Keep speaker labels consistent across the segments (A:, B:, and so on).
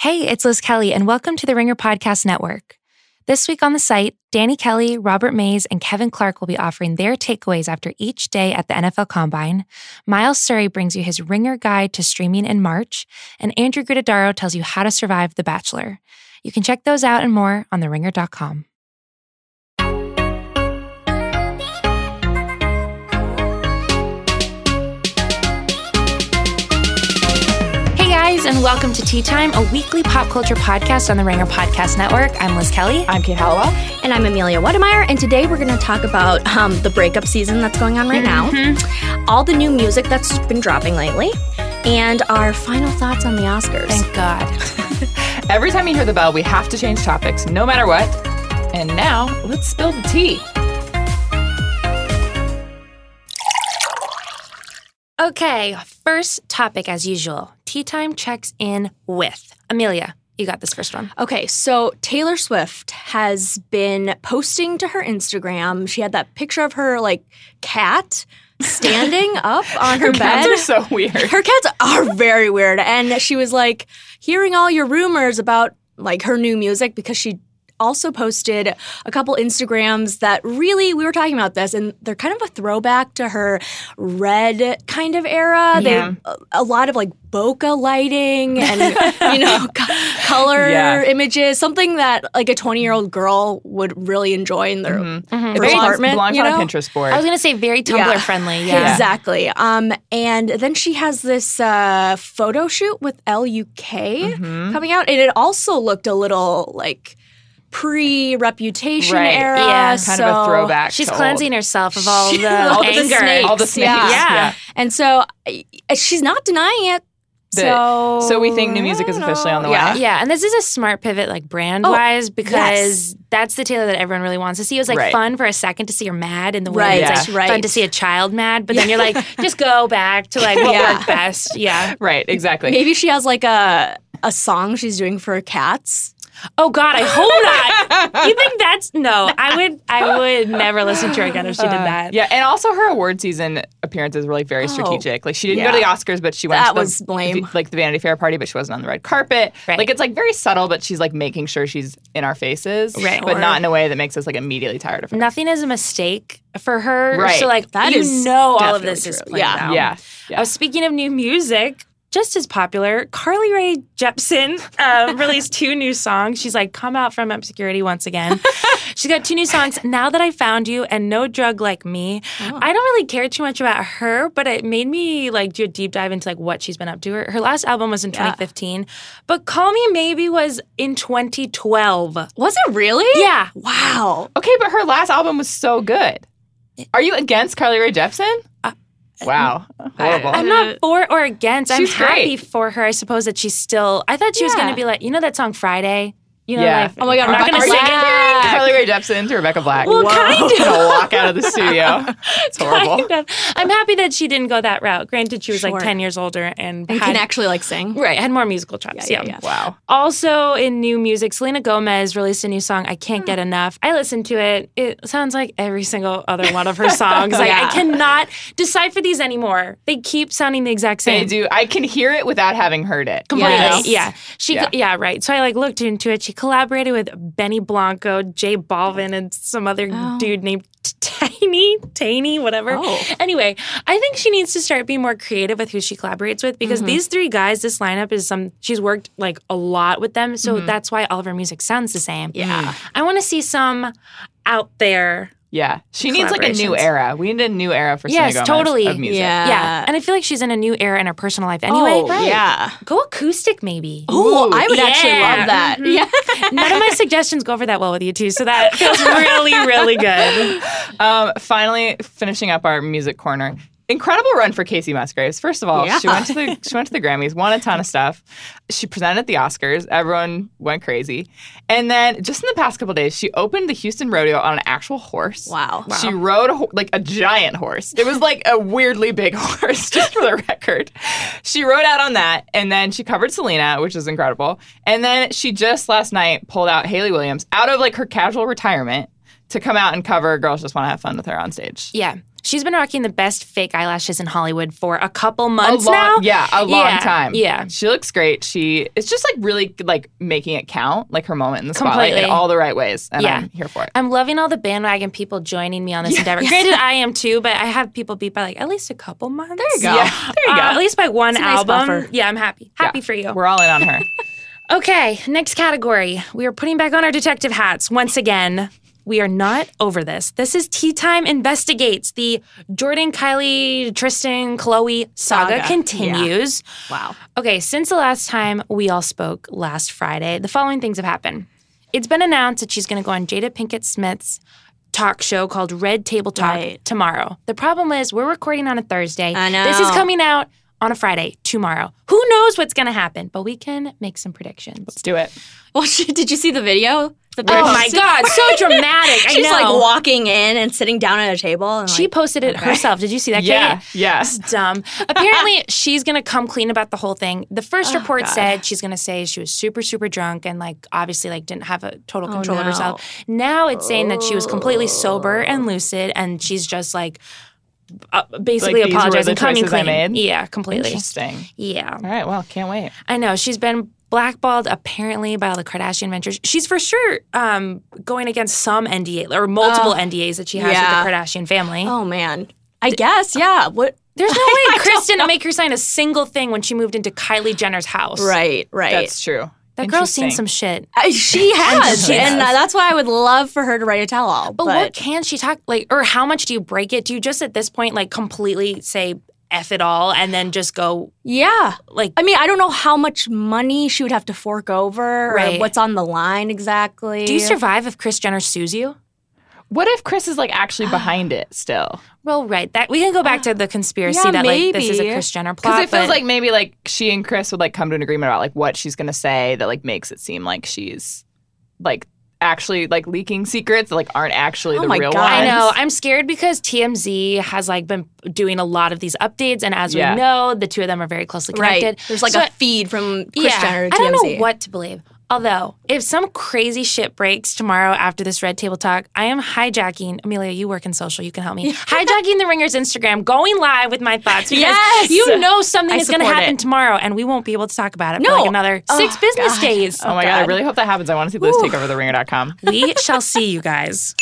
A: Hey, it's Liz Kelly, and welcome to the Ringer Podcast Network. This week on the site, Danny Kelly, Robert Mays, and Kevin Clark will be offering their takeaways after each day at the NFL Combine. Miles Surrey brings you his Ringer guide to streaming in March, and Andrew Gridadaro tells you how to survive The Bachelor. You can check those out and more on theringer.com. Hey guys, and welcome to Tea Time, a weekly pop culture podcast on the Ringer Podcast Network. I'm Liz Kelly.
B: I'm Kate Hallowell.
C: And I'm Amelia Wedemeyer, and today we're going to talk about um, the breakup season that's going on right now, all the new music that's been dropping lately, and our final thoughts on the Oscars.
A: Thank God.
B: Every time you hear the bell, we have to change topics, no matter what. And now, let's spill the tea.
A: Okay, first topic as usual. Tea Time checks in with Amelia. You got this first one.
C: Okay, so Taylor Swift has been posting to her Instagram. She had that picture of her, like, cat standing up on her bed.
B: Cats are so weird.
C: her cats are very weird. And she was like hearing all your rumors about like her new music because she also posted a couple Instagrams that really we were talking about this and they're kind of a throwback to her red kind of era.
B: Yeah.
C: They a- a lot of like bokeh lighting and you know co- color
B: Yeah.
C: images, something that like a 20-year-old girl would really enjoy in their
B: It
C: her
B: belongs,
C: apartment,
B: belongs
C: you
B: on
C: know?
B: a Pinterest board.
A: I was going to say very Tumblr
C: Yeah.
A: friendly. Yeah.
C: Exactly. Um, and then she has this uh, photo shoot with LUK coming out, and it also looked a little like pre Reputation
B: Right.
C: era.
A: Yeah.
B: kind
C: so-
B: of a throwback.
A: She's
B: to old-
A: cleansing herself of all
C: She-
A: the
C: all the
A: anger.
C: snakes.
B: All the snakes.
C: Yeah.
B: yeah.
C: And so I- she's not denying it.
B: The-
C: so,
B: so we think new music
C: I
B: is
C: don't
B: officially
C: know.
B: on the
C: Yeah.
B: way.
A: Yeah, and this is a smart pivot, like brand
C: Oh,
A: wise, because that's the Taylor that everyone really wants to see. It was like
B: Right.
A: fun for a second to see her mad in the way
C: Right,
A: it's like
C: right.
A: fun to see a child mad, but then you're like, just go back to like what
C: Yeah.
A: worked best. Yeah.
B: Right, exactly.
C: Maybe she has like a a song she's doing for cats.
A: Oh God, I hope not. you think that's no? I would, I would never listen to her again if she did
C: Uh,
A: that.
B: Yeah, and also her award season appearances were like very
C: Oh,
B: strategic. Like she didn't go to the
C: yeah.
B: Oscars, but she went
C: That
B: to the,
C: was lame.
B: the- like the Vanity Fair party, but she wasn't on the red carpet.
A: Right.
B: Like it's like very subtle, but she's like making sure she's in our faces,
A: Right.
B: but
C: Sure.
B: not in a way that makes us like immediately tired of her.
A: Nothing is a mistake for her.
B: Right.
A: So like
C: That
A: you
C: is
A: know all of
C: definitely
A: this is
C: true.
A: planned
C: Yeah.
A: out.
B: yeah, Oh, yeah.
A: Uh, speaking of new music, just as popular, Carly Rae Jepsen uh, released two new songs. She's like, "Come out from obscurity once again." She's got two new songs. Now that I found you and No Drug Like Me. I don't really care too much about her, but it made me like do a deep dive into like what she's been up to. Her, her last album was in 2015, but Call Me Maybe was in 2012.
C: Was it really?
A: Yeah,
C: Wow.
B: Okay, but her last album was so good. Are you against Carly Rae Jepsen? wow, horrible.
A: Uh, I'm not for or against. I'm
B: She's
A: happy
B: great.
A: for her. I suppose that she's still. I thought she was
C: Yeah.
A: going to be like, you know, that song Friday. You know,
B: Yeah.
A: like,
C: Oh my God,
A: I'm not
C: Rebecca
A: going to
B: Are
A: say
B: you
C: Black.
B: comparing Carly Rae Jepsen to Rebecca Black?
A: Well, Whoa. kind of.
B: She's gonna walk out of the studio. It's horrible.
A: Kind of. I'm happy that she didn't go that route. Granted, she was
C: Sure.
A: like 10 years older and,
C: And
A: had,
C: can actually like sing.
A: right had more musical chops.
C: Yeah,
A: Yeah,
C: yeah, yeah.
B: Wow.
A: Also in new music, Selena Gomez released a new song. I can't
C: Hmm.
A: get enough. I listened to it. It sounds like every single other one of her songs. Like I
C: Yeah.
A: cannot decipher these anymore. They keep sounding the exact same.
B: They do. I can hear it without having heard it.
A: Completely.
C: Yes.
A: Yeah. She yeah.
B: Yeah.
A: right. So I like looked into it. She collaborated with Benny Blanco, Jay Balvin, and some other
C: Oh.
A: dude named T- Tiny, Tiny, whatever.
C: Oh.
A: Anyway, I think she needs to start being more creative with who she collaborates with because
C: Mm-hmm.
A: these three guys, this lineup is some she's worked like a lot with them. So that's why all of her music sounds the same.
C: Mm-hmm. Yeah.
A: I want to see some out there.
B: Yeah, she needs like a new
A: Collaborations.
B: era. We need a new era for Selena
A: Yes,
B: Gomez
A: totally.
B: Of music.
C: Yeah.
A: yeah. And I feel like she's in a new era in her personal life anyway.
C: Uh, oh, yeah.
A: Go acoustic maybe.
C: Ooh, I would actually
A: yeah.
C: love that.
A: Mhm.
C: Yeah.
A: None of my suggestions go over that well with you two, so that feels really, really good.
B: Um, finally, finishing up our music corner. Incredible run for Casey Musgraves. First of all,
C: Yeah.
B: she went to the she went to the Grammys, won a ton of stuff. She presented at the Oscars. Everyone went crazy. And then just in the past couple days, she opened the Houston Rodeo on an actual horse.
C: Wow.
B: She rode a, ho- like a giant horse. It was like a weirdly big horse, just for the record. She rode out on that, and then she covered Selena, which is incredible. And then she just last night pulled out Haley Williams out of like her casual retirement to come out and cover Girls Just Want to Have Fun with her on stage.
A: Yeah. She's been rocking the best fake eyelashes in Hollywood for a couple months
B: a long,
A: now.
B: Yeah, a long
A: Yeah,
B: time.
A: yeah.
B: she looks great. She it's just like really like making it count, like her moment in the spotlight in
A: Completely.
B: all the right ways, and
A: Yeah.
B: I'm here for it.
A: I'm loving all the bandwagon people joining me on this
B: Yeah.
A: endeavor. Granted, I am too, but I have people beat by like at least a couple months. There
C: you go.
B: Yeah, there you go.
A: at least by one
C: It's a nice
A: album.
C: buffer.
A: yeah, I'm happy. Happy for you.
B: We're all in on her.
A: Okay, next category. We are putting back on our detective hats once again. We are not over this. This is Tea Time Investigates. The Jordan, Kylie, Tristan, Chloe saga,
C: Saga.
A: continues.
C: Wow.
A: Okay, since the last time we all spoke last Friday, the following things have happened. It's been announced that she's going to go on Jada Pinkett Smith's talk show called Red Table Talk
C: Right.
A: tomorrow. The problem is, we're recording on a Thursday.
C: I know.
A: This is coming out on a Friday tomorrow. Who knows what's going to happen, but we can make some predictions.
B: Let's do it.
C: Well, she, did you see the video? The
A: Oh
C: video
A: my
C: she-
A: God, so dramatic. I
C: She's
A: know.
C: like walking in and sitting down at a table. And
A: she
C: like,
A: posted it herself. Did you see that, Kate?
B: Yeah, yeah.
A: It's dumb. Apparently, she's going to come clean about the whole thing. The first
C: Oh,
A: report
C: God.
A: said she's going to say she was super, super drunk and, like, obviously, like, didn't have a total
C: Oh,
A: control of
C: no.
A: herself. Now it's saying that she was completely sober and lucid, and she's just like, uh, basically
B: Like, these were the
A: apologizing, coming
B: choices I
A: clean.
B: made?
A: Yeah, completely.
B: Interesting.
A: Yeah,
B: All right. Well, can't wait.
A: I know she's been blackballed apparently by all the Kardashian ventures. She's for sure um, going against some NDA or multiple NDAs that she has
C: Oh, yeah.
A: with the Kardashian family.
C: oh man. I guess, yeah. What?
A: There's no
C: I
A: way
C: don't
A: Chris didn't make her sign a single thing when she moved into Kylie Jenner's house.
C: Right, right.
B: That's true.
A: That girl's seen
B: Interesting.
A: some shit.
C: Uh, she has,
B: she
C: and uh,
B: has.
C: that's why I would love for her to write a tell-all.
A: But,
C: But,
A: what can she talk like or how much do you break it? Do you just at this point like completely say F it all and then just go
C: yeah,
A: like
C: I mean, I don't know how much money she would have to fork over,
A: Right.
C: or what's on the line exactly.
A: do you survive if Chris Jenner sues you?
B: What if Chris is like actually behind it still?
A: Well, right. That we can go back to the conspiracy
C: Yeah,
A: that like this is a
C: maybe.
A: Chris Jenner plot.
B: Because it
A: but-
B: feels like maybe like she and Chris would like come to an agreement about like what she's gonna say that like makes it seem like she's like actually like leaking secrets that like aren't actually
C: Oh
B: the
C: my
B: real
C: God.
B: ones.
A: I know. I'm scared because TMZ has like been doing a lot of these updates, and as
B: Yeah.
A: we know, the two of them are very closely
C: Right.
A: connected.
C: There's like
A: So
C: a feed from Chris Jenner to
A: I don't
C: TMZ.
A: know what to believe. Although, if some crazy shit breaks tomorrow after this red table talk, I am hijacking Amelia. You work in social; you can help me. hijacking the Ringer's Instagram, going live with my thoughts. Because
C: Yes!
A: you know something
C: I
A: is going to
C: support
A: happen
C: it.
A: tomorrow, and we won't be able to talk about it for
C: No.
A: like another
C: Oh,
A: six business
C: God.
A: days.
B: Oh my god. I really hope that happens. I want to see Liz take over the ringer.com.
A: we shall see you guys.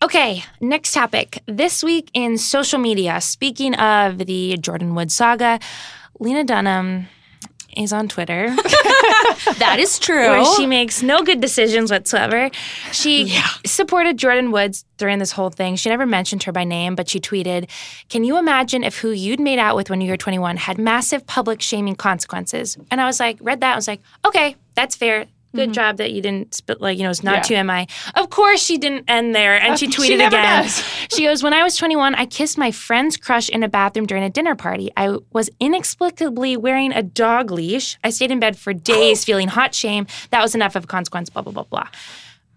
A: Okay, next topic. This week in social media, speaking of the Jordan Wood saga, Lena Dunham is on Twitter
C: that is true.
A: where she makes no good decisions whatsoever. She supported Jordan Woods during this whole thing. She never mentioned her by name, but she tweeted, Can you imagine if who you'd made out with when you were 21 had massive public shaming consequences? And I was like, read that. I was like, okay, that's fair. Good job that you didn't spit like you know it's not too am I. Of course she didn't end there and she tweeted
B: never
A: again.
B: does.
A: She goes, When I was 21, I kissed my friend's crush in a bathroom during a dinner party. I was inexplicably wearing a dog leash. I stayed in bed for days feeling hot shame. That was enough of a consequence, blah, blah, blah, blah.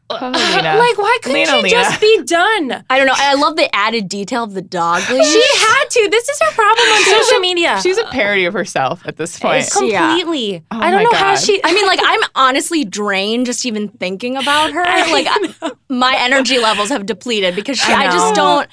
B: Oh, Lena.
A: Like, why couldn't
B: Lena,
A: she
B: Lena.
A: just be done?
C: I don't know. I love the added detail of the dog leash.
A: She had to. This is her problem on social media.
B: she's a parody of herself at this point.
C: It's- yeah.
A: Completely.
B: Oh
A: I don't
B: my
A: know how
B: God.
A: she.
C: I mean, like I'm honestly drained just even thinking about her. Like I- my energy levels have depleted because she,
A: I
C: I,
A: know.
C: just don't.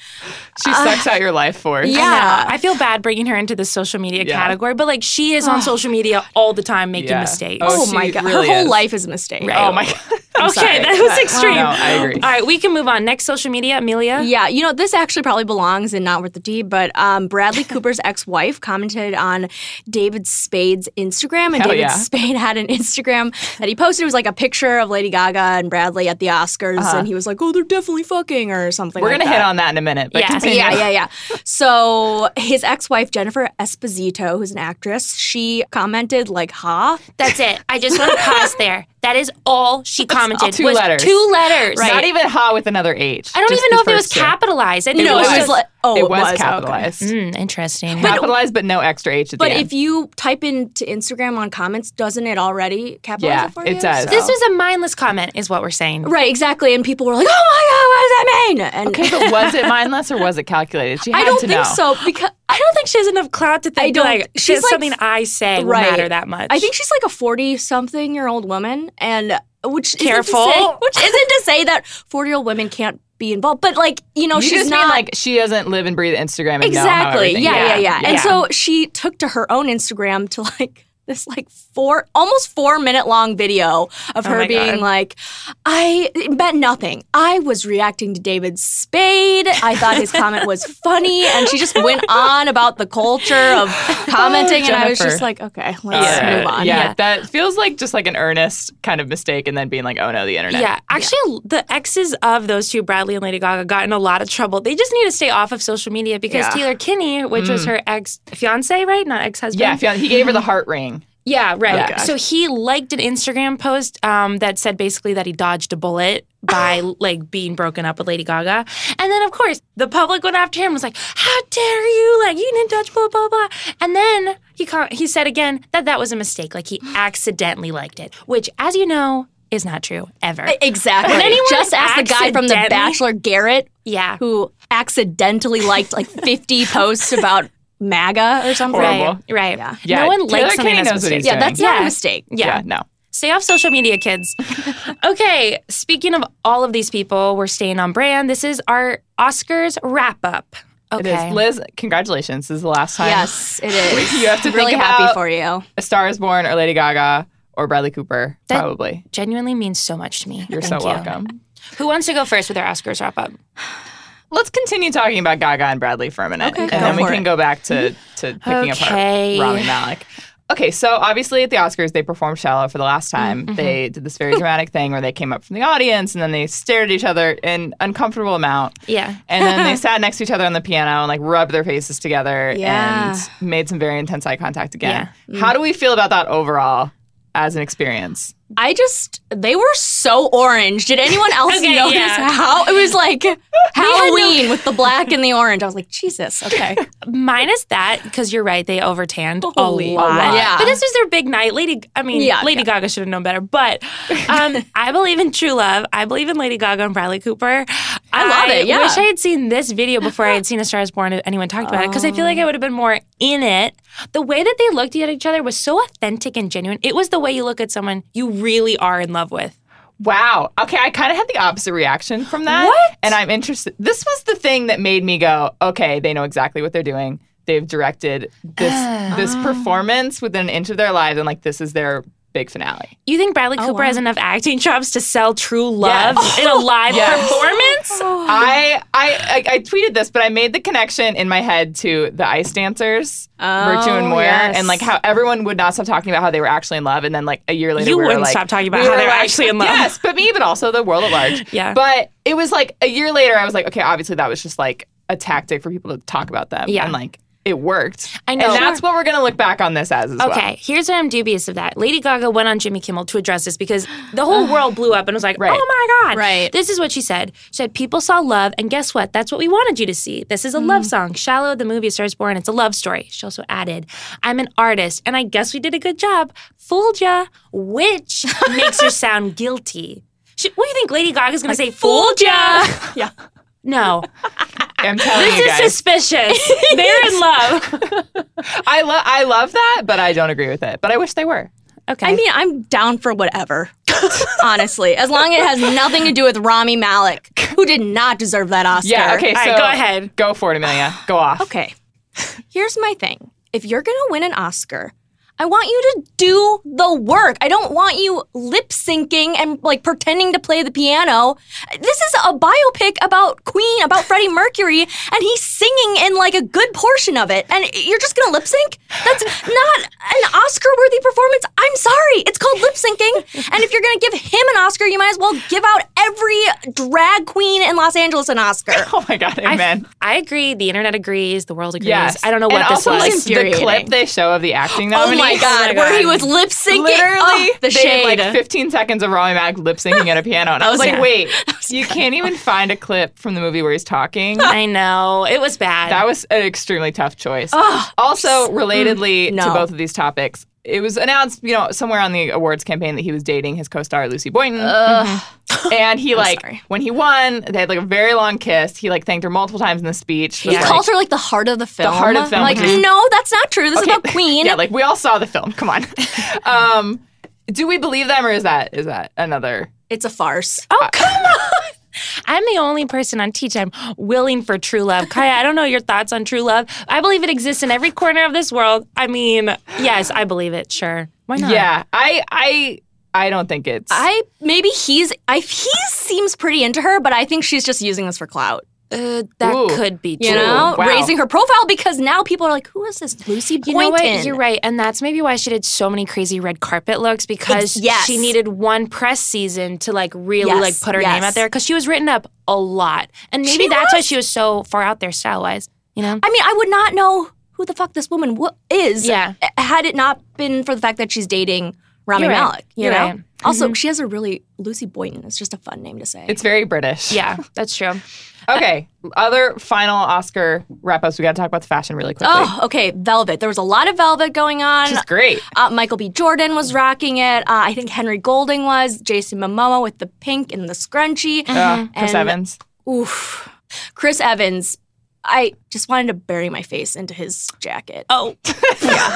B: She sucks out your life force.
C: Yeah.
A: I know. I feel bad bringing her into the social media
B: Yeah.
A: category, but like she is on social media all the time making
B: Yeah.
A: mistakes.
B: Oh,
C: Oh,
B: she
C: my god,
B: really
C: her whole
B: is.
C: life is a mistake. Um,
A: Right.
B: Oh my god. I'm
A: okay,
B: sorry.
A: that was extreme.
B: No, I agree.
A: All right, we can move on. Next social media, Amelia.
C: Yeah, you know, this actually probably belongs in Not Worth the Tea, but um, Bradley Cooper's ex wife commented on David Spade's Instagram. And
B: Hell
C: David
B: yeah.
C: Spade had an Instagram that he posted. It was like a picture of Lady Gaga and Bradley at the Oscars. And he was like, oh, they're definitely fucking or something
B: We're
C: like
B: gonna
C: that.
B: hit on that in a minute. But
A: Yeah.
B: continue.
C: Yeah, yeah, yeah. So his ex-wife Jennifer Esposito, who's an actress, she commented like, "Ha."
A: That's it. I just want to pause there. That is all she commented.
B: two
A: was
B: letters.
A: Two letters.
B: Not even ha with another H.
A: I don't
B: Just
A: even know if
B: the
A: it was
B: first two.
A: capitalized. I think
C: No,
A: it was,
B: was.
A: just,
C: like, oh,
B: It was
C: okay.
B: capitalized.
A: Mm, interesting.
B: Capitalized, but no extra H at
C: But
B: the end.
C: if you type into Instagram on comments, doesn't it already capitalize
B: Yeah,
C: it for
B: it
C: you?
B: does.
A: this was a mindless comment, is what we're saying.
C: Right, exactly. And people were like, "Oh my god, what does that mean?" And
B: Okay, but was it mindless or was it calculated? She had
C: I don't
B: to
C: think
B: know.
C: so because
A: I don't think she has enough clout to think
C: I don't-
A: like
C: she's
A: she's
C: like-
A: something I say will
C: Right.
A: matter that much.
C: I think she's like a 40 something year old woman and uh, which
A: Careful.
C: Isn't to say, which isn't to say that 40 year old women can't be involved, but like, you know,
B: you
C: she's
B: just
C: not
B: mean like she doesn't live and breathe Instagram and know how
C: Exactly.
B: everything-
C: yeah, yeah, yeah, And
A: yeah.
C: so she took to her own Instagram to like this like four almost four minute long video of
A: Oh
C: her
A: my
C: being
A: God.
C: like, I it meant nothing. I was reacting to David's spade. I thought his comment was funny. And she just went on about the culture of commenting. and I was
B: Oh, Jennifer.
C: just like, okay,
B: All
C: let's
B: right.
C: move on.
B: Yeah,
A: Yeah.
B: that feels like just like an earnest kind of mistake, and then being like, "Oh no, the internet."
A: Yeah, actually, the exes of those two, Bradley and Lady Gaga, got in a lot of trouble. They just need to stay off of social media because
C: Yeah.
A: Taylor Kinney, which was her ex fiance, right? Not ex husband.
B: yeah. if you- He gave her the heart ring.
A: Yeah, right.
B: Okay.
A: So he liked an Instagram post um, that said basically that he dodged a bullet by like being broken up with Lady Gaga. And then of course the public went after him and was like, How dare you? Like you didn't dodge blah blah blah. And then he co- he said again that that was a mistake. Like he accidentally liked it, which as you know is not true ever.
C: E-, Exactly.
A: Would anyone
C: Just ask the guy from The
A: accidentally-
C: Bachelor, Garrett,
A: yeah.
C: who accidentally liked like 50 posts about MAGA or something.
A: Right,
B: Horrible.
A: right.
C: Yeah.
B: Yeah,
A: No one
B: Taylor
A: likes something
B: Kinney
A: that's
B: knows what he's
A: mistakes.
C: Yeah, that's not
A: Yeah.
C: a mistake.
A: Yeah.
B: no.
A: Stay off social media, kids. okay, speaking of all of these people, we're staying on brand. This is our Oscars wrap up.
B: It
A: Okay.
B: is. Liz, congratulations. This is the last time.
C: Yes, it is.
B: You have to think
C: really
B: about-
C: happy for you.
B: A Star is Born or Lady Gaga or Bradley Cooper,
A: That-
B: probably.
A: Genuinely means so much to me.
B: You're
A: Thank
B: so
A: you.
B: welcome.
A: Who wants to go first with our Oscars wrap up?
B: Let's continue talking about Gaga and Bradley for a minute,
C: Okay,
B: and
C: go
B: then we
C: for
B: can
C: it. Mm-hmm.
B: go back to, to picking
A: Okay.
B: apart Rami Malek. Okay, so obviously at the Oscars they performed "Shallow" for the last time.
C: Mm-hmm.
B: They did this very dramatic thing where they came up from the audience and then they stared at each other in uncomfortable amount.
A: Yeah.
B: And then they sat next to each other on the piano and like rubbed their faces together
C: Yeah. Mm.
B: and made some very intense eye contact again. How do we feel about that overall as an experience?
C: I just they were so orange. Did anyone else
A: Okay,
C: notice
A: yeah.
C: how it was like Halloween with the black and the orange? I was like, Jesus, okay.
A: Minus that, because you're right, they overtanned
C: Holy-
A: a lot.
C: Yeah.
A: But this was their big night. Lady, I mean,
C: Yeah,
A: Lady Gaga should have known better. But um, I believe in true love. I believe in Lady Gaga and Bradley Cooper. I
C: love it, yeah.
A: wish I had seen this video before I had seen A Star Is Born. and Anyone talked about it because I feel
C: Oh.
A: like I would have been more in it. The way that they looked at each other was so authentic and genuine. It was the way you look at someone you really are in love with.
B: Wow. Okay, I kind of had the opposite reaction from that.
A: What?
B: And I'm interested. This was the thing that made me go, okay, they know exactly what they're doing. They've directed this this performance within an inch of their lives and like this is their big finale.
A: You think Bradley Cooper
C: Oh, wow.
A: has enough acting chops to sell true love
B: Yes.
A: in a live
B: Yes.
A: performance?
B: I, I I I tweeted this, but I made the connection in my head to the ice dancers, Virtue and
C: Oh,
B: Moyer,
C: yes.
B: and like how everyone would not stop talking about how they were actually in love, and then like a year later
A: You
B: we were,
A: wouldn't
B: like-
A: stop talking about
B: we
A: how
B: were,
A: they were
B: like,
A: actually in love.
B: Yes, but me, but also the world at large.
A: Yeah.
B: But it was like a year later, I was like, okay, obviously that was just like a tactic for people to talk about them.
A: Yeah.
B: And like it worked.
A: I know.
B: And that's what we're gonna look back on this as as well.
A: Okay, here's what I'm dubious of that. Lady Gaga went on Jimmy Kimmel to address this because the whole world blew up and was like,
B: Right.
A: oh my God.
C: Right.
A: This is what she said. She said, People saw love, and guess what? That's what we wanted you to see. This is a love song. Shallow, the movie stars born. It's a love story. She also added, I'm an artist, and I guess we did a good job. Fooled ya, which makes her sound guilty. She, what do you think Lady Gaga's gonna say? Fooled ya!
C: Yeah.
A: No.
B: I'm telling
A: This
B: you
A: is
B: guys.
A: suspicious. They're in love.
B: I love I love that, but I don't agree with it. But I wish they were.
A: Okay.
C: I mean, I'm down for whatever. honestly. As long as it has nothing to do with Rami Malik, who did not deserve that Oscar.
B: Yeah, okay,
A: All
B: so
A: right, go ahead.
B: Go for it, Amelia. Go off.
C: Okay. Here's my thing. If you're going to win an Oscar, I want you to do the work. I don't want you lip syncing and like pretending to play the piano. This is a biopic about Queen, about Freddie Mercury, and he's singing in like a good portion of it. And you're just going to lip sync? That's not an Oscar worthy performance. I'm sorry. It's called lip syncing. And if you're going to give him an Oscar, you might as well give out every drag queen in Los Angeles an Oscar.
B: Oh my god, amen.
A: I agree. The internet agrees. The world agrees.
B: Yes.
A: I don't know what
B: and
A: this
B: also,
A: was.
B: like, the
C: Infuriating.
B: clip they show of the acting
C: Oh
B: nominees.
C: my god,
A: Oh my
C: where he
A: God.
C: was lip syncing.
B: Literally,
C: oh, the
B: they had,
C: shade.
B: like 15 seconds of Rami Malek lip syncing at a piano, and I was like,
C: yeah.
B: "Wait, you can't even find a clip from the movie where he's talking."
A: I know. It was bad.
B: That was an extremely tough choice. also, relatedly
C: no.
B: to both of these topics, it was announced, you know, somewhere on the awards campaign that he was dating his co-star Lucy Boynton. Mm-hmm. And he like
C: sorry.
B: when he won, they had like a very long kiss. He like thanked her multiple times in the speech.
C: He
B: was,
C: calls
B: like,
C: her like the heart of the film.
B: heart of the film,
C: I'm like,
B: which is-
C: no, that's not true. This is about Queen.
B: Yeah, like we all saw the film. Come on. um, do we believe them or is that is that another?
C: it's a farce.
A: Oh, come on. I'm the only person on Teach I'm willing for true love. Kaya, I don't know your thoughts on true love. I believe it exists in every corner of this world. I mean, yes, I believe it. Sure. Why not?
B: Yeah, I I I don't think it's.
C: I maybe he's I he seems pretty into her, but I think she's just using this for clout.
A: Uh, that
B: Ooh.
A: could be true.
C: You know,
B: wow.
C: raising her profile because now people are like, who is this Lucy Boynton?
A: You know what? You're right, and that's maybe why she did so many crazy red carpet looks because
C: Ex- yes.
A: she needed one press season to like really
C: Yes,
A: like put her
C: yes.
A: name out there because she was written up a lot, and maybe
C: She
A: that's why
C: was.
A: she was so far out there style wise. You know?
C: I mean, I would not know who the fuck this woman w- is
A: Yeah.
C: had it not been for the fact that she's dating Rami
A: You're right.
C: Malek. You
A: You're
C: know.
A: right. Mm-hmm.
C: Also, she has a really Lucy Boynton. It's just a fun name to say.
B: it's very British.
A: yeah, that's true.
B: Okay. Other final Oscar wrap ups. We got to talk about the fashion really quickly.
C: oh, okay. Velvet. There was a lot of velvet going on.
B: Which is great.
C: Uh, Michael B. Jordan was rocking it. Uh, I think Henry Golding was. Jason Momoa with the pink and the scrunchie.
B: Yeah, Uh, Chris
C: Mm-hmm. And-
B: Evans.
C: Oof. Chris Evans. I just wanted to bury my face into his jacket.
A: Oh,
C: yeah,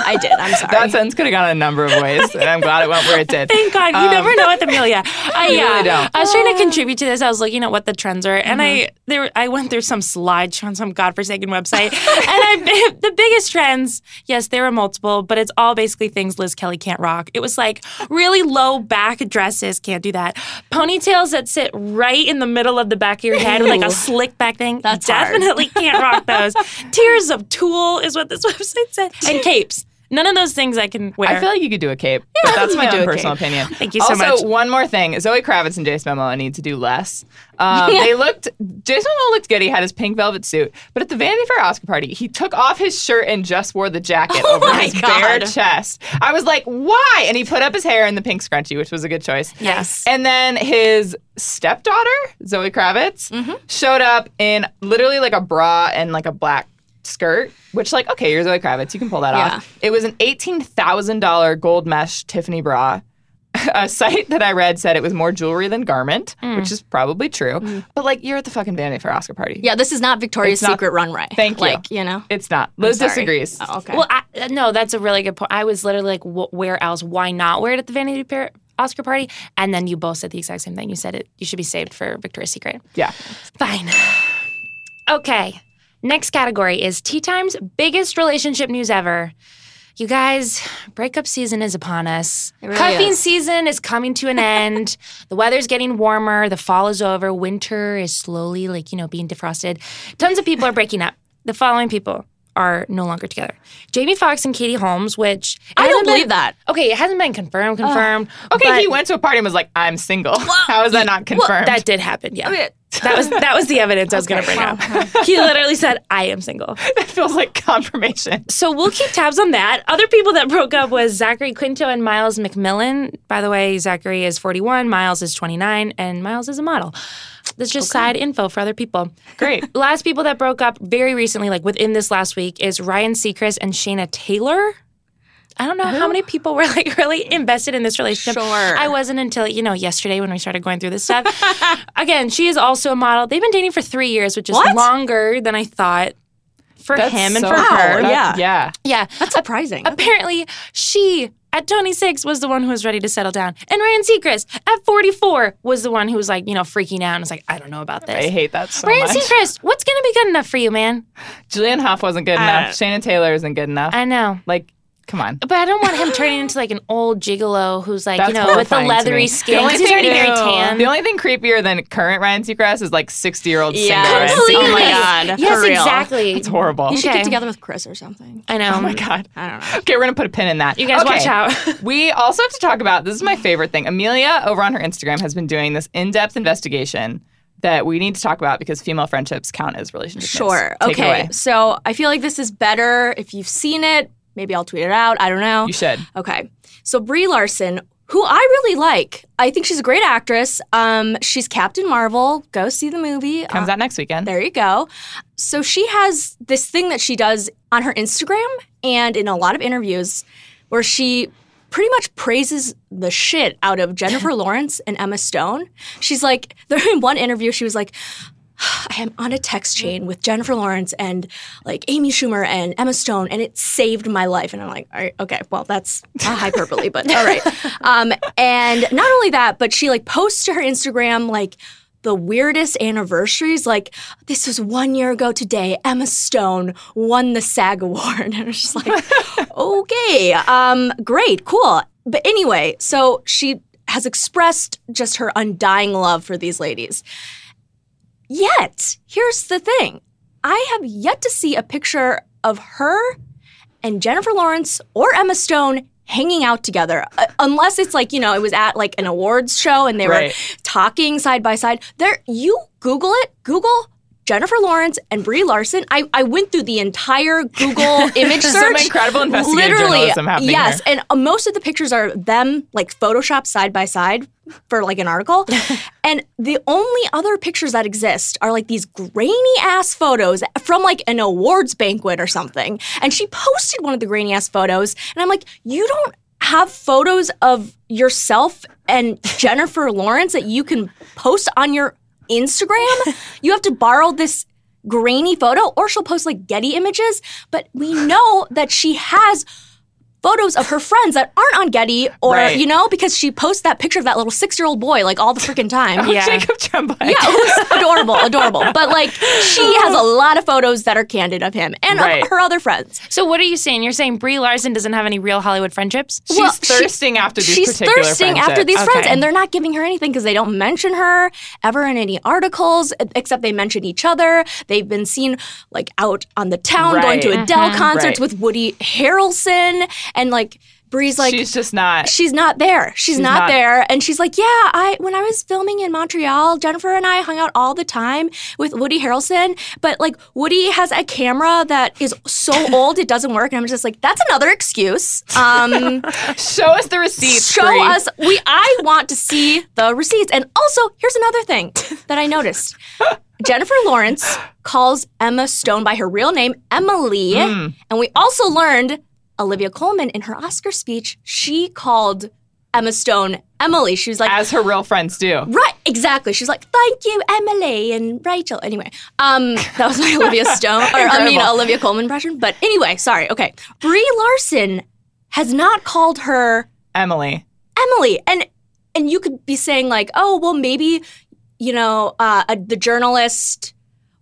C: I did. I'm sorry.
B: That sentence could have gone a number of ways, and I'm glad it went where it did.
A: Thank God. You never know with Amelia. I,
B: You
A: uh,
B: really don't.
A: I was trying to contribute to this. I was looking at what the trends are, and I there I went through some slideshow on some godforsaken website, and I the biggest trends. Yes, there were multiple, but it's all basically things Liz Kelly can't rock. It was like really low back dresses can't do that. Ponytails that sit right in the middle of the back of your head with like a slick back thing.
C: That's hard.
A: definitely can't rock those. Tears of tulle is what this website said, and capes. None of those things I can wear.
B: I feel like you could do a cape. but that's
C: you
B: my
C: could do
B: own
C: a
B: personal
C: cape.
B: opinion.
A: Thank you so
B: also,
A: much.
B: one more thing: Zoe Kravitz and Jason Momoa need to do less. Um, they looked. Jason Momoa looked good. He had his pink velvet suit, but at the Vanity Fair Oscar party, he took off his shirt and just wore the jacket over
C: Oh my
B: his bare
C: God.
B: chest. I was like, why? And he put up his hair in the pink scrunchie, which was a good choice.
A: yes.
B: And then his stepdaughter, Zoe Kravitz,
A: Mm-hmm.
B: showed up in literally like a bra and like a black skirt, which, like, okay, you're Zoe Kravitz. You can pull that
C: Yeah.
B: off. It was an $18,000 gold mesh Tiffany bra. A site that I read said it was more jewelry than garment,
A: Mm.
B: which is probably true.
A: Mm-hmm.
B: But like, you're at the fucking Vanity Fair Oscar party.
C: yeah, this is not Victoria's
B: It's not-
C: Secret runway.
B: Thank you.
C: Like, you know.
B: It's not. Liz
C: sorry.
B: disagrees.
C: Oh, okay.
A: Well, I, uh, no, that's a really good point. I was literally like, wh- where else? Why not wear it at the Vanity Fair Oscar party? And then you both said the exact same thing. You said it. You should be saved for Victoria's Secret.
B: Yeah.
A: Fine. okay. Next category is Tea Time's biggest relationship news ever. You guys, breakup season is upon us.
C: really
A: Cuffing
C: is.
A: season is coming to an end. the weather's getting warmer. The fall is over. Winter is slowly, like, you know, being defrosted. Tons of people are breaking up. The following people are no longer together Jamie Foxx and Katie Holmes, which
C: I don't believe that.
A: Okay, it hasn't been confirmed, confirmed.
B: Okay,
A: but
B: he went to a party and was like, I'm single. How is that not confirmed?
A: That did happen, yeah. That was that was the evidence I was going to bring up. he literally said, "I am single."
B: that feels like confirmation.
A: So we'll keep tabs on that. Other people that broke up was Zachary Quinto and Miles McMillan. By the way, Zachary is 41, Miles is 29, and Miles is a model. That's just side info for other people.
B: Great.
A: Last people that broke up very recently, like within this last week, is Ryan Seacrest and Shayna Taylor. I don't know how many people were like really invested in this relationship.
C: Sure.
A: I wasn't until, you know, yesterday when we started going through this stuff. Again, she is also a model. They've been dating for three years, which is
C: What?
A: longer than I thought for
B: That's
A: him and
B: so
A: for
B: cool.
A: her.
B: That-
C: Yeah.
B: Yeah.
A: Yeah.
C: That's surprising.
A: Apparently, she at 26 was the one who was ready to settle down. And Ryan Seacrest at 44 was the one who was like, you know, freaking out and was like, I don't know about
B: I
A: this.
B: hate that so
A: Ryan
B: much.
A: Seacrest, what's going to be good enough for you, man?
B: Julian Hoff wasn't good enough. Shannon Taylor isn't good enough.
A: I know.
B: like, come on.
A: But I don't want him turning into like an old gigolo who's like,
B: That's
A: you know, with the
B: horrifying to me.
A: leathery skin. 'cause he's
B: thing-
A: already very
C: Ew.
A: tan.
B: The only thing creepier than current Ryan Seacrest is like 60 year old
C: Yeah.
B: single Ryan
A: Completely.
C: Oh my
B: Seacrest.
C: God.
A: Yes,
C: For real.
A: exactly.
B: It's horrible.
C: You should
A: Okay.
C: get together with Chris or something.
A: um, I know.
B: Oh my God.
C: I don't know.
B: Okay, we're going to put a pin in that.
A: You guys
B: Okay.
A: watch out.
B: we also have to talk about this is my favorite thing. Amelia over on her Instagram has been doing this in depth investigation that we need to talk about because female friendships count as relationships.
C: Sure.
B: Take it
C: okay.
B: away.
C: So I feel like this is better if you've seen it. Maybe I'll tweet it out. I don't know.
B: You should.
C: Okay. So Brie Larson, who I really like, I think she's a great actress. Um, she's Captain Marvel. Go see the movie.
B: Comes
C: Uh,
B: out next weekend.
C: there you go. So she has this thing that she does on her Instagram and in a lot of interviews where she pretty much praises the shit out of Jennifer Lawrence and Emma Stone. She's like, there in one interview, she was like, I am on a text chain with Jennifer Lawrence and like Amy Schumer and Emma Stone, and it saved my life. And I'm like, all right, okay, well, that's a hyperbole, but all right. Um, and not only that, but she like posts to her Instagram like the weirdest anniversaries. Like, this was one year ago today, Emma Stone won the SAG Award. And I was just like, okay, um, great, cool. But anyway, so she has expressed just her undying love for these ladies. Yet, here's the thing I have yet to see a picture of her and Jennifer Lawrence or Emma Stone hanging out together. Uh, unless it's like, you know, it was at like an awards show and they
B: Right.
C: were talking side by side. There, you Google it, Google. Jennifer Lawrence and Brie Larson. I, I went through the entire Google image
B: Some
C: search.
B: incredible investigative journalism happening
C: yes,
B: here.
C: and uh, most of the pictures are them like photoshopped side by side for like an article. and the only other pictures that exist are like these grainy ass photos from like an awards banquet or something. And she posted one of the grainy ass photos, and I'm like, you don't have photos of yourself and Jennifer Lawrence that you can post on your Instagram? you have to borrow this grainy photo or she'll post like Getty images, but we know that she has photos of her friends that aren't on Getty or
B: Right.
C: you know because she posts that picture of that little 6-year-old boy like all the freaking time.
A: Yeah.
B: Jacob Tremblay.
C: Yeah, who's adorable, adorable. But like she has a lot of photos that are candid of him and of
B: Right.
C: her other friends.
A: So what are you saying? You're saying Brie Larson doesn't have any real Hollywood friendships?
B: She's
C: Well, she-
B: thirsting after these
C: She's
B: particular
C: thirsting after
B: friendships.
C: these friends,
A: Okay.
C: and they're not giving her anything because they don't mention her ever in any articles, e- except they mention each other. They've been seen like out on the town going to
B: Right. Mm-hmm.
C: Adele
B: Right.
C: concerts with Woody Harrelson, and like Bree's like
B: she's just not.
C: she's not there. She's, not,
B: not-
C: there. And she's like, Yeah, I when I was filming in Montreal, Jennifer and I hung out all the time with Woody Harrelson. But like Woody has a camera that is so old it doesn't work. And I'm just like, that's another excuse. Um
B: Show us the receipts.
C: show
B: Bree.
C: us we I want to see the receipts. And also, here's another thing that I noticed. Jennifer Lawrence calls Emma Stone by her real name, Emily.
B: Hmm.
C: And we also learned Olivia Coleman in her Oscar speech, she called Emma Stone Emily. She was like,
B: as her real friends do.
C: Right, exactly. She's like, "Thank you, Emily and Rachel." Anyway, um, that was my Olivia Stone, or I mean
B: Incredible.
C: Olivia Coleman impression. But anyway, sorry. Okay, Brie Larson has not called her
B: Emily.
C: Emily, and and you could be saying like, oh, well, maybe you know, uh, a, the journalist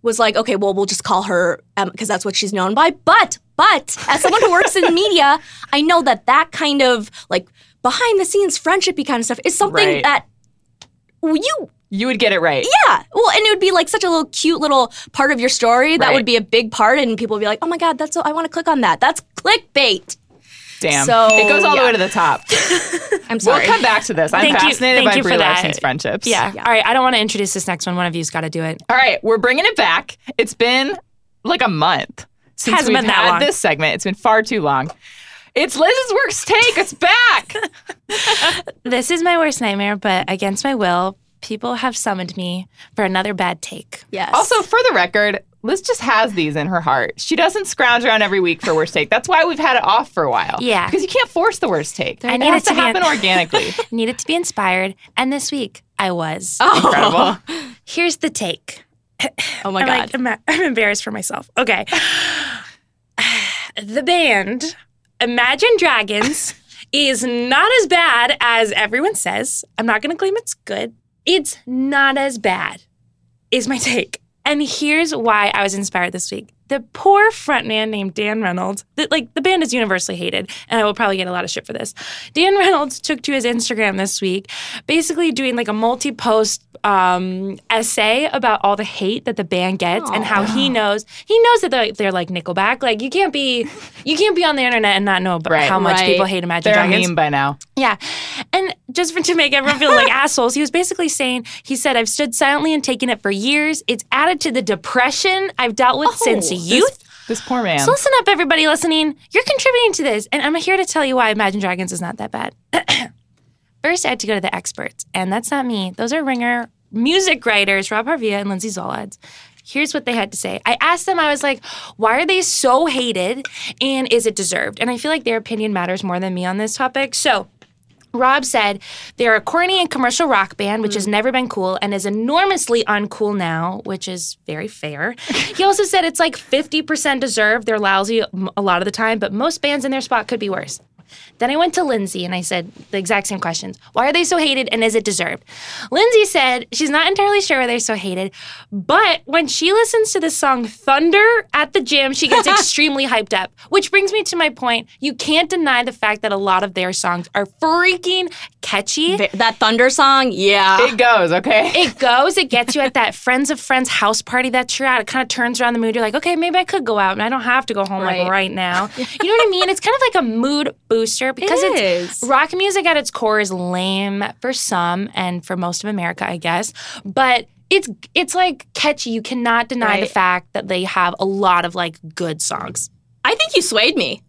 C: was like, okay, well, we'll just call her because that's what she's known by. But but as someone who works in media, I know that that kind of like behind the scenes friendshipy kind of stuff is something
B: Right.
C: that. well, You
B: You would get it right.
C: yeah well and it would be like such a little cute little part of your story that
B: Right.
C: would be a big part and people would be like oh my god that's so I want to click on that that's clickbait
B: Damn.
C: So,
B: it goes all
C: yeah.
B: the way to the top.
C: I'm sorry
B: We'll come back to this. I'm
A: Thank you-
B: fascinated
A: thank
B: by
A: you for
B: Brie
A: that.
B: Larson's friendships.
A: Yeah. All right. I don't want to introduce this next one. One of you's got to do it.
B: All right, we're bringing it back. It's been like a month since
A: Hasn't
B: we've
A: been that
B: had
A: long.
B: this segment. It's been far too long. It's Liz's works take. It's back.
A: This is my worst nightmare, but against my will, people have summoned me for another bad take.
C: yes
B: also, for the record, Liz just has these in her heart. She doesn't scrounge around every week for worst take. That's why we've had it off for a while.
A: Yeah.
B: because you can't force the worst take.
A: I
B: it
A: need it
B: has
A: to
B: to
A: be
B: happen
A: in-
B: organically.
A: Needed to be inspired, and this week I was.
B: Oh. Incredible.
A: Here's the take.
C: oh my
A: I'm
C: god
A: like, emma- I'm embarrassed for myself. Okay. the band Imagine Dragons is not as bad as everyone says. I'm not going to claim it's good. It's not as bad, is my take. And here's why I was inspired this week. The poor frontman named Dan Reynolds, that like the band is universally hated, and I will probably get a lot of shit for this. Dan Reynolds took to his Instagram this week, basically doing like a multi-post um, essay about all the hate that the band gets and how he knows he knows that they're, they're like Nickelback. Like you can't be you can't be on the internet and not know about
B: Right.
A: how much
C: Right.
A: people hate Imagine
B: They're a
A: Dragons.
B: meme by now.
A: Yeah. And just for, to make everyone feel like assholes, he was basically saying, he said, I've stood silently and taken it for years. It's added to the depression I've dealt with since
C: Oh,
A: youth.
B: This poor man.
A: So listen up, everybody listening. You're contributing to this. And I'm here to tell you why Imagine Dragons is not that bad. First, I had to go to the experts. And that's not me. Those are Ringer music writers, Rob Harvia and Lindsay Zolodz. Here's what they had to say. I asked them, I was like, why are they so hated and is it deserved? And I feel like their opinion matters more than me on this topic. So, Rob said they're a corny and commercial rock band, which has never been cool and is enormously uncool now, which is very fair. he also said it's like 50% deserved. They're lousy m- a lot of the time, but most bands in their spot could be worse. Then I went to Lindsay and I said the exact same questions. Why are they so hated and is it deserved? Lindsay said she's not entirely sure why they're so hated, but when she listens to the song Thunder at the gym, she gets extremely hyped up. Which brings me to my point. You can't deny the fact that a lot of their songs are freaking catchy.
C: Th- That thunder song, yeah.
B: It goes, okay?
A: it goes, it gets you at that friends of friends house party that you're at. It kind of turns around the mood. You're like, okay, maybe I could go out and I don't have to go home like
B: Right.
A: right now. you know what I mean? It's kind of like a mood booster because
C: It
A: it's
C: is.
A: rock music at its core is lame for some and for most of America, I guess. But it's it's like catchy. You cannot deny the
C: Right.
A: fact that they have a lot of like good songs.
C: I think you swayed me.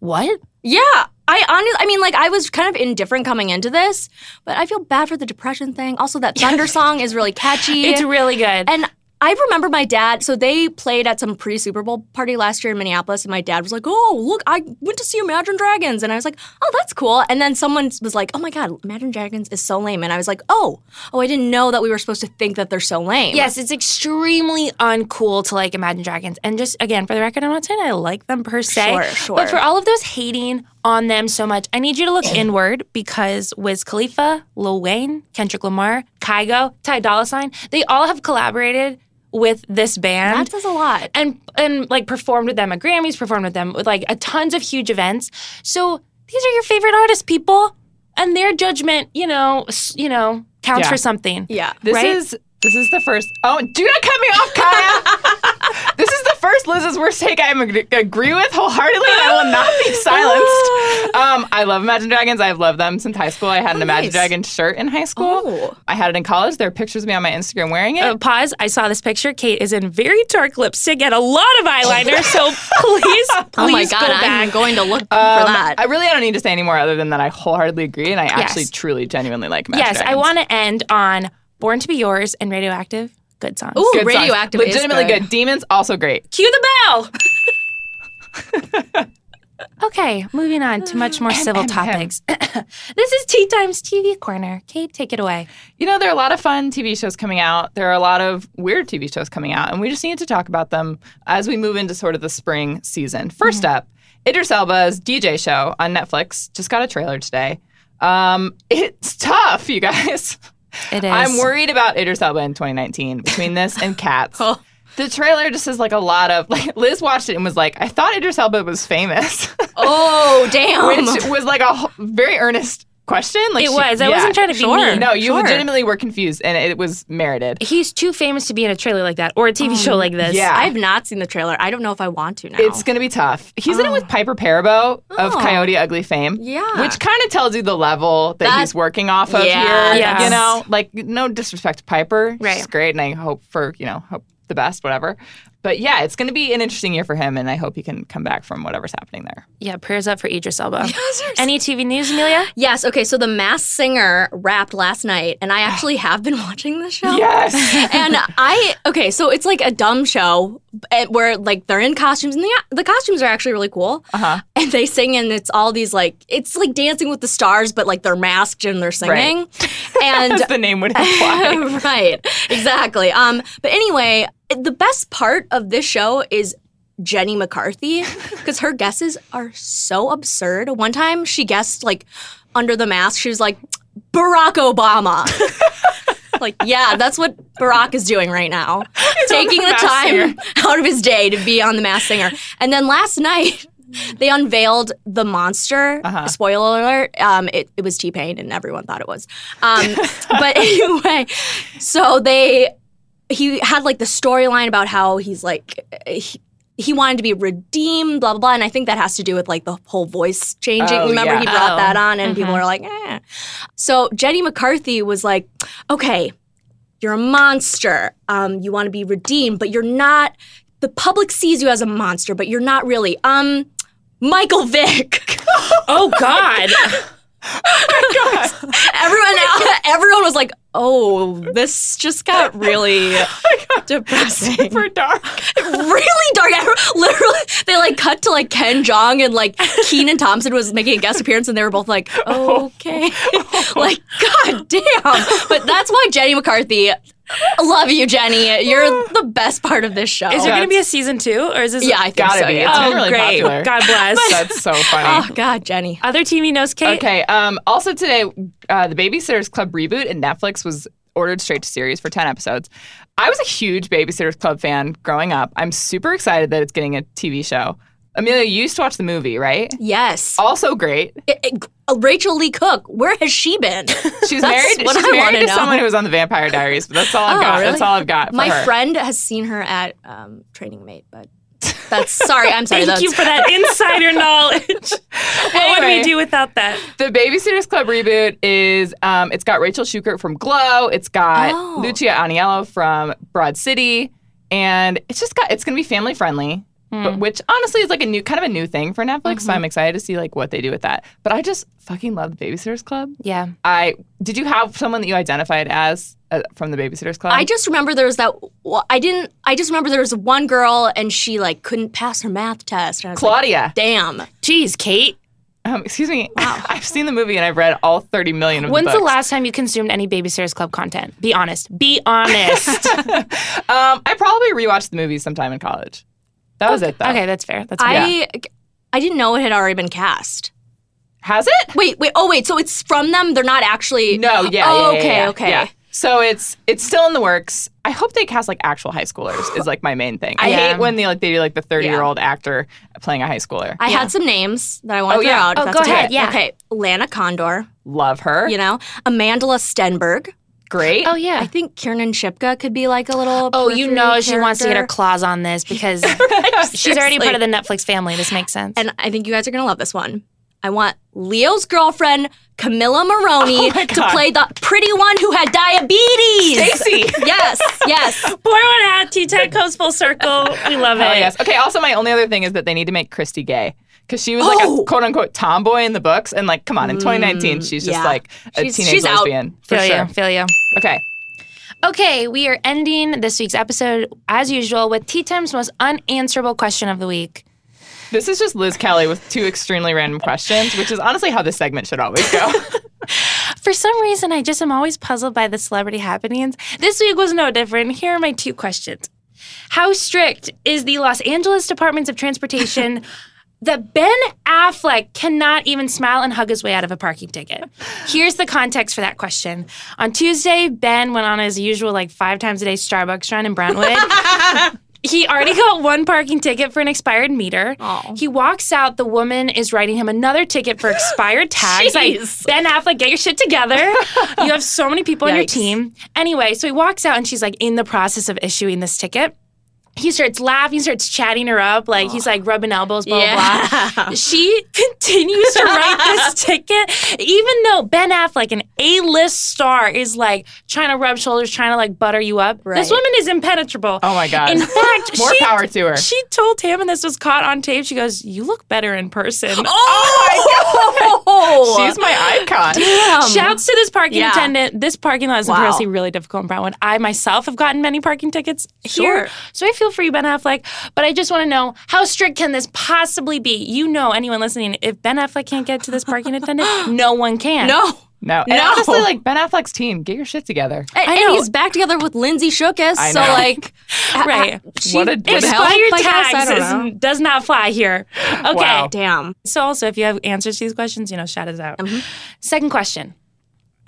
A: What?
C: Yeah. I honestly, I mean, like, I was kind of indifferent coming into this, but I feel bad for the depression thing. Also, that thunder song is really catchy.
A: It's really good.
C: And I remember my dad. So they played at some pre Super Bowl party last year in Minneapolis, and my dad was like, "Oh, look, I went to see Imagine Dragons," and I was like, "Oh, that's cool." And then someone was like, "Oh my God, Imagine Dragons is so lame," and I was like, "Oh, oh, I didn't know that we were supposed to think that they're so lame."
A: Yes, it's extremely uncool to like Imagine Dragons. And just again, for the record, I'm not saying I like them per se.
C: Sure, sure.
A: But for all of those hating on them so much, I need you to look inward because Wiz Khalifa, Lil Wayne, Kendrick Lamar, Kygo, Ty Dolla Sign, they all have collaborated with this band
C: that says a lot.
A: and and like performed with them at Grammys, performed with them with like a tons of huge events. So these are your favorite artists, people, and their judgment, you know, s- you know, counts
B: Yeah.
A: for something.
C: Yeah.
B: This
A: Right?
B: is this is the first. Oh, do not cut me off, Kaya. this is the first Liz's worst take I am ag- agree with wholeheartedly, and I will not be silenced. Um, I love Imagine Dragons. I've loved them since high school. I had an Imagine
C: nice.
B: Dragon shirt in high school.
C: Oh.
B: I had it in college. There are pictures of me on my Instagram wearing it.
A: Uh, pause. I saw this picture. Kate is in very dark lipstick and a lot of eyeliner. So please, please
C: oh my God,
A: go
C: I'm
A: back.
C: going to look
B: Um,
C: for that.
B: I really don't need to say any more other than that I wholeheartedly agree, and I actually
A: Yes.
B: truly genuinely like Imagine
A: yes, I
B: Dragons.
A: want to end on "Born to Be Yours" and "Radioactive." Good songs.
C: Ooh.
B: Good songs.
C: Radioactive is
B: legitimately
C: good.
B: Demons also great.
A: Cue the bell. okay, moving on to much more civil
B: ahem.
A: topics. this is Tea Times TV Corner. Kate, take it away.
B: You know, there are a lot of fun TV shows coming out. There are a lot of weird TV shows coming out, and we just need to talk about them as we move into sort of the spring season. 1st
A: Mm-hmm.
B: up, Idris Elba's DJ show on Netflix just got a trailer today. Um, it's tough, you guys.
A: It is.
B: I'm worried about Idris Elba in 2019 between this and Cats.
C: Oh.
B: The trailer just is like a lot of like Liz watched it and was like, I thought Idris Elba was famous,
C: oh damn!
B: which was like a ho- very earnest question. Like
A: It
B: she-
A: was. I
B: yeah.
A: wasn't trying to be
C: Sure.
A: mean.
B: No, you
C: Sure.
B: legitimately were confused, and it was merited.
A: He's too famous to be in a trailer like that or a TV
C: Um,
A: show like this.
B: yeah.
C: I've not seen the trailer. I don't know if I want to now.
B: It's going to be tough. He's in it with Piper Parabo of
C: Oh.
B: Coyote Ugly fame.
C: Yeah.
B: Which kind of tells you the level that,
C: That-
B: he's working off of
C: Yeah,
B: here.
A: that's-
B: You know, like no disrespect to Piper. She's
A: Right.
B: great and I hope for, you know, hope the best, whatever. But yeah, it's going to be an interesting year for him and I hope he can come back from whatever's happening there.
A: Yeah, prayers up for Idris Elba. Any TV news, Amelia?
C: Yes. Okay. So the Mass Singer wrapped last night, and I actually have been watching the show.
B: Yes.
C: and I okay, so it's like a dumb show eh, where like they're in costumes, and the the costumes are actually really cool.
B: Uh-huh.
C: And they sing, and it's all these like it's like Dancing with the Stars, but like they're masked and they're singing, and
B: As the name would imply.
C: right, exactly. Um, but anyway, the best part of this show is Jenny McCarthy because her guesses are so absurd. One time she guessed like under the mask, she was like Barack Obama. like, yeah, that's what Barack is doing right now, taking
B: The
C: the
B: Masked Singer.
C: time out of his day to be on the Masked Singer. And then last night. They unveiled the monster.
B: Uh-huh.
C: Spoiler alert: um, it, it was T Pain, and everyone thought it was. Um, but anyway, so they he had like the storyline about how he's like he, he wanted to be redeemed, blah blah blah, and I think that has to do with like the whole voice changing.
B: Oh, Mm-hmm.
C: Remember,
B: yeah.
C: he brought
A: Oh.
C: that on, and people were like, eh. So Jenny McCarthy was like, okay, you're a monster. Um, you want to be redeemed, but you're not. The public sees you as a monster, but you're not really. Um, Michael Vick.
A: Oh God.
B: Oh
C: everyone, everyone was like, oh, this just got really depressing.
B: For dark.
C: really dark. I- Literally, they like cut to like Ken Jong and like Keenan Thompson was making a guest appearance, and they were both like,
B: Oh.
C: okay, like god damn. But that's why Jenny McCarthy. Love you, Jenny. You're the best part of this show.
A: Is there going to be a season two, or is this?
C: yeah, I think
B: Gotta
C: so.
B: be.
C: Yeah.
B: It's been
A: oh,
B: really
A: great.
B: popular.
A: God bless.
B: That's so funny.
C: Oh God, Jenny.
A: Other team you knows Kate.
B: Okay. Um, also today, uh, the Babysitters Club reboot in Netflix was ordered straight to series for 10 episodes. I was a huge Babysitters Club fan growing up. I'm super excited that it's getting a TV show. Amelia, you used to watch the movie, right?
C: Yes.
B: Also great.
C: I- I- Rachel Lee Cook. Where has she been?
B: She's
C: That's
B: married.
C: what
B: she's
C: I
B: married
C: wanna
B: to
C: know.
B: someone who was on the Vampire Diaries, but that's all I've
C: Oh,
B: got.
C: really?
B: That's all I've got. for
C: My
B: her.
C: friend has seen her at um, Training Mate, but that's sorry. I'm sorry.
A: Thank
C: that's,
A: you for that insider knowledge. What would
B: Anyway.
A: we do without that?
B: The Babysitters Club reboot is um, it's got Rachel Schuchert from Glow, it's got
C: Oh.
B: Lucia Aniello from Broad City, and it's just got it's gonna be family friendly.
A: Hmm.
B: But which honestly is like a new kind of a new thing for Netflix, so
A: Mm-hmm.
B: I'm excited to see like what they do with that. But I just fucking love the Babysitters Club.
A: Yeah.
B: I did you have someone that you identified as uh, from the Babysitters Club?
C: I
A: Um,
C: just remember there was that. well, I didn't. I just remember there was one girl and she like couldn't pass her math test. And I was like,
B: Claudia.
C: damn.
A: Jeez, Kate.
B: Um, excuse me. I've seen the movie and I've read all 30 million of
A: When's
B: the
A: the
B: books.
A: last time you consumed any Babysitters Club content? Be honest. Be honest.
B: um, I probably rewatched the movie sometime in college. That was it though.
A: okay, that's fair. That's fair.
C: I I didn't know it had already been cast.
B: Has it?
C: Wait, wait. Oh, wait. So it's from them. They're not actually.
B: No, yeah, yeah,
C: Oh,
B: yeah,
C: okay,
B: yeah,
C: okay.
B: yeah. So it's it's still in the works. I hope they cast like actual high schoolers is like my main thing. I
A: Yeah.
B: hate when they like they do like the thirty year old actor playing a high schooler.
C: I had some names that I want to
B: Oh,
C: throw
B: yeah.
C: out. if
A: Oh,
C: that's
A: go
C: okay.
A: ahead, yeah.
C: Okay. Lana Condor.
B: Love her.
C: You know, Amandla Stenberg.
B: Great.
A: Oh yeah.
C: I think Kiernan Shipka could be like a little.
A: Oh, you
C: periphery
A: know she wants to get her
C: character.
A: claws on this because she's already part of the Netflix family. This makes sense.
C: and I think you guys are gonna love this one. I want Leo's girlfriend Camilla Maroney
B: Oh my
C: to
B: God.
C: play the pretty one who had diabetes.
B: Stacey.
C: yes, yes.
A: Pour one out. Tea Tech goes full circle. We love
B: Hell
A: it.
B: yes. Okay. Also, my only other thing is that they need to make Christy gay because she was like
C: Oh. Mm,
B: a quote unquote tomboy in the books, and like, come on, in 2019, she's just
C: yeah.
B: like a
C: She's-
B: teenage
C: she's out.
B: lesbian for
A: Feel
B: sure.
A: you. Feel you.
B: Okay.
A: Okay, we are ending this week's episode as usual with Tea Time's most unanswerable question of the week.
B: This is just Liz Kelly with two extremely random questions, which is honestly how this segment should always go.
A: For some reason, I just am always puzzled by the celebrity happenings. This week was no different. Here are my two questions How strict is the Los Angeles Departments of Transportation? That Ben Affleck cannot even smile and hug his way out of a parking ticket. Here's the context for that question. On Tuesday, Ben went on his usual, like five times a day Starbucks run in Brentwood. he already got one parking ticket for an expired meter.
C: Aw.
A: He walks out. The woman is writing him another ticket for expired tags. Like
C: Jeez.
A: Ben Affleck, get your shit together. you have so many people on your
C: Yikes.
A: team. Anyway, so he walks out, and she's like in the process of issuing this ticket. He starts laughing, starts chatting her up, like he's like rubbing elbows, blah blah blah she continues to write this ticket, even though Ben Affleck, an A-list star, is like trying to rub shoulders, trying to like butter you up.
C: Right.
A: This woman is impenetrable.
B: Oh my God.
A: In fact,
B: More
A: she,
B: power to her.
A: She told him, and this was caught on tape. She goes, "You look better in person."
C: Oh,
B: She's my icon.
C: damn.
A: Shouts to this parking
C: Yeah.
A: attendant. This parking lot is
C: Wow.
A: notoriously really difficult in Brentwood. I myself have gotten many parking tickets here.
C: Sure.
A: So I feel for you, Ben Affleck. But I just want to know how strict can this possibly be? You know, anyone listening, if Ben Affleck can't get to this parking attendant, no one can.
C: no.
B: No. And
C: No.
B: honestly, like Ben Affleck's team, get your shit together.
C: And, and
A: know.
C: he's back together with Lindsay Shookus.
B: I
C: So
B: know.
C: like,
A: Right.
C: she
B: What a
C: could
B: dick.
C: help,
A: Expired
C: I guess. I
A: tags
C: don't
A: is-
C: know.
A: does not fly here. Okay.
B: Wow.
C: Damn.
A: So also, if you have answers to these questions, you know, shout us out. Second question.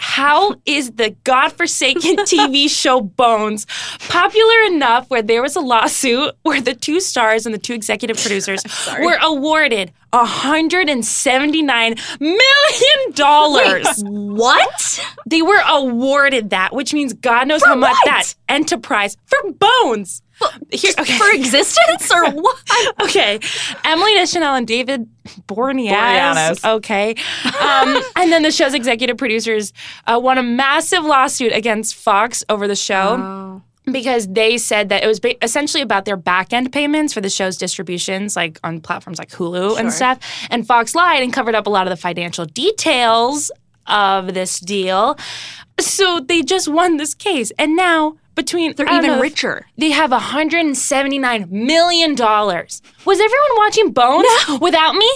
A: How is the godforsaken TV show Bones popular enough where there was a lawsuit where the two stars and the two executive producers were awarded $179 million?
C: What?
A: They were awarded that, which means God knows how much
C: what?
A: that enterprise for Bones. Here, okay.
C: For existence or what?
A: Okay, Emily Deschanel and David Borneas.
B: Boreanaz.
A: Okay, um, and then the show's executive producers uh, won a massive lawsuit against Fox over the show because they said that it was ba- essentially about their back end payments for the show's distributions, like on platforms like Hulu and stuff. And Fox lied and covered up a lot of the financial details of this deal. So they just won this case, and now between
C: They're
A: I don't
C: even
A: know if-
C: richer.
A: They have 179 million dollars. Was everyone watching Bones without me?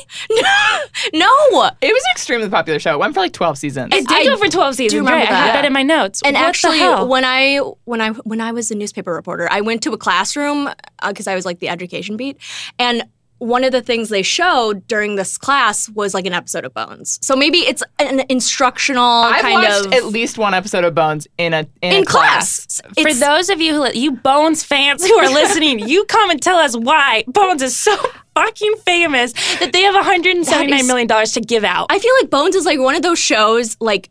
C: No.
B: It was an extremely popular show. It went for like 12 seasons.
A: It did
C: I
A: go for 12 seasons.
C: remember
A: right? I had
C: that.
A: that in my notes.
C: And
A: What the
C: actually,
A: hell?
C: when I when I when I was a newspaper reporter, I went to a classroom because I was like the education beat, and one of the things they showed during this class was like an episode of Bones. So maybe it's an instructional
B: I've
C: kind
B: watched
C: of
B: at least one episode of Bones in a in,
C: in
B: a class.
C: class.
A: for
C: It's-
A: those of you who li- you Bones fans who are listening, you come and tell us why Bones is so fucking famous that they have 179 million dollars to give out.
C: I feel like Bones is like one of those shows, like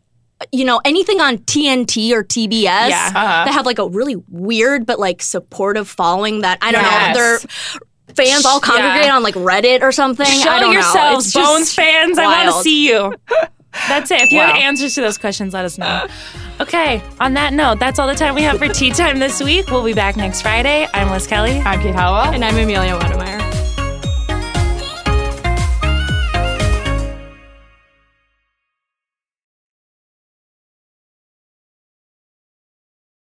C: you know anything on TNT or TBS
A: Yeah.
B: Uh-huh.
C: that have like a really weird but like supportive following that I don't
B: Yes.
C: know their fans all
A: Yeah.
C: congregate on like Reddit or something. I
A: Show
C: don't know.
A: yourselves,
C: It's just-
A: Bones fans. I want to
C: wild.
A: see you. That's it. If you have
B: Wow.
A: answers to those questions, let us know. Okay, on that note, that's all the time we have for Tea Time this week. We'll be back next Friday. I'm Liz Kelly.
B: I'm Kate Howell.
C: And I'm Amelia Wedemeyer.